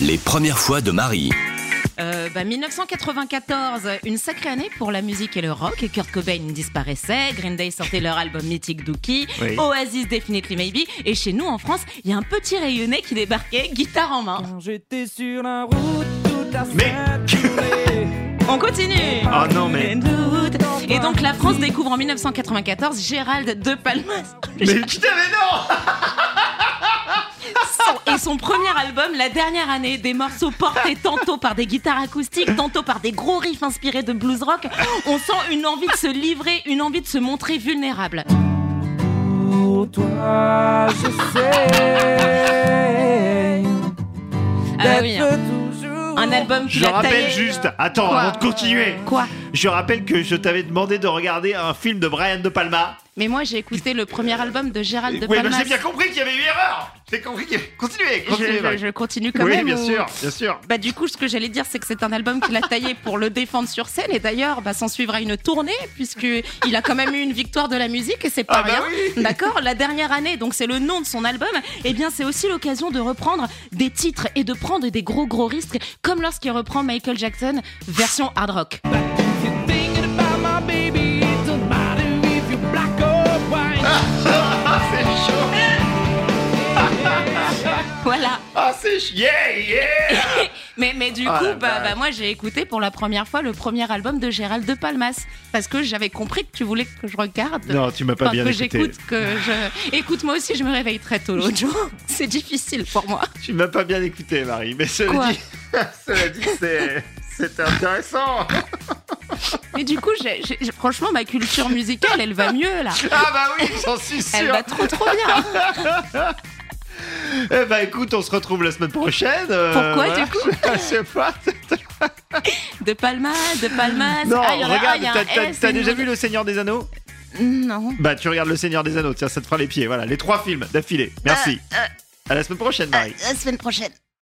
Les premières fois de Marie. Euh, bah, 1994, une sacrée année pour la musique et le rock. Kurt Cobain disparaissait, Green Day sortait leur album mythique Dookie, Oui. Oasis Definitely Maybe, et chez nous en France, il y a un petit rayonnais qui débarquait, guitare en main. J'étais sur la route tout à Mais- On continue Oh non, mais. Et donc la France découvre en 1994 Gérald de Palmas Mais putain, mais non Son- et son premier album la dernière année, des morceaux portés tantôt par des guitares acoustiques, tantôt par des gros riffs inspirés de blues rock. On sent une envie de se livrer, une envie de se montrer vulnérable. Pour toi, je sais. Ah oui, hein. d'être toujours un album qui Je a rappelle taillé. juste. Attends, Quoi avant de continuer. Quoi Je rappelle que je t'avais demandé de regarder un film de Brian De Palma. Mais moi j'ai écouté le premier album de Gérald de oui, mais Palmas. j'ai bien compris qu'il y avait eu erreur. J'ai compris qu'il y avait. Continuez, je, continuez. je- Marie. je continue quand oui, même. bien ou- sûr, bien sûr. Bah du coup, ce que j'allais dire, c'est que c'est un album qu'il a taillé pour le défendre sur scène. Et d'ailleurs, bah, s'en suivra une tournée, puisque il a quand même eu une victoire de la musique, et c'est pas Ah bah rien. D'accord La dernière année, donc c'est le nom de son album. Et bien, c'est aussi l'occasion de reprendre des titres et de prendre des gros gros risques, comme lorsqu'il reprend Michael Jackson, version hard rock. If you're thinking about my baby, it don't matter if you're black or white. Ah, C'est chaud. Voilà. Ah, c'est chaud. Yeah, yeah. Mais, mais du Ah coup, la bah, vache. bah, moi j'ai écouté pour la première fois le premier album de Gérald de Palmas, parce que j'avais compris que tu voulais que je regarde. non, tu m'as pas Enfin, bien que écouté. j'écoute, que je. Écoute, moi aussi, je me réveille très tôt l'autre jour. C'est difficile pour moi. Tu m'as pas bien écouté, Marie. Mais cela Quoi dit, cela dit, c'est. C'était intéressant. Mais du coup, j'ai- j'ai- franchement, ma culture musicale, elle va mieux là. Ah bah oui, j'en suis Elle sûr. va trop trop bien. Eh bah écoute, on se retrouve la semaine prochaine. euh, Pourquoi, voilà. du coup Je sais pas. De Palmas, de Palmas. Non, Ah, il y en a un, regarde, il y a un t'as- t'as S, t'as une déjà nouvelle- vu Le Seigneur des Anneaux Non. Bah tu regardes Le Seigneur Euh, des Anneaux, tiens, ça te fera les pieds. Voilà, les trois films d'affilée. Merci. À la semaine prochaine, Marie. La semaine prochaine.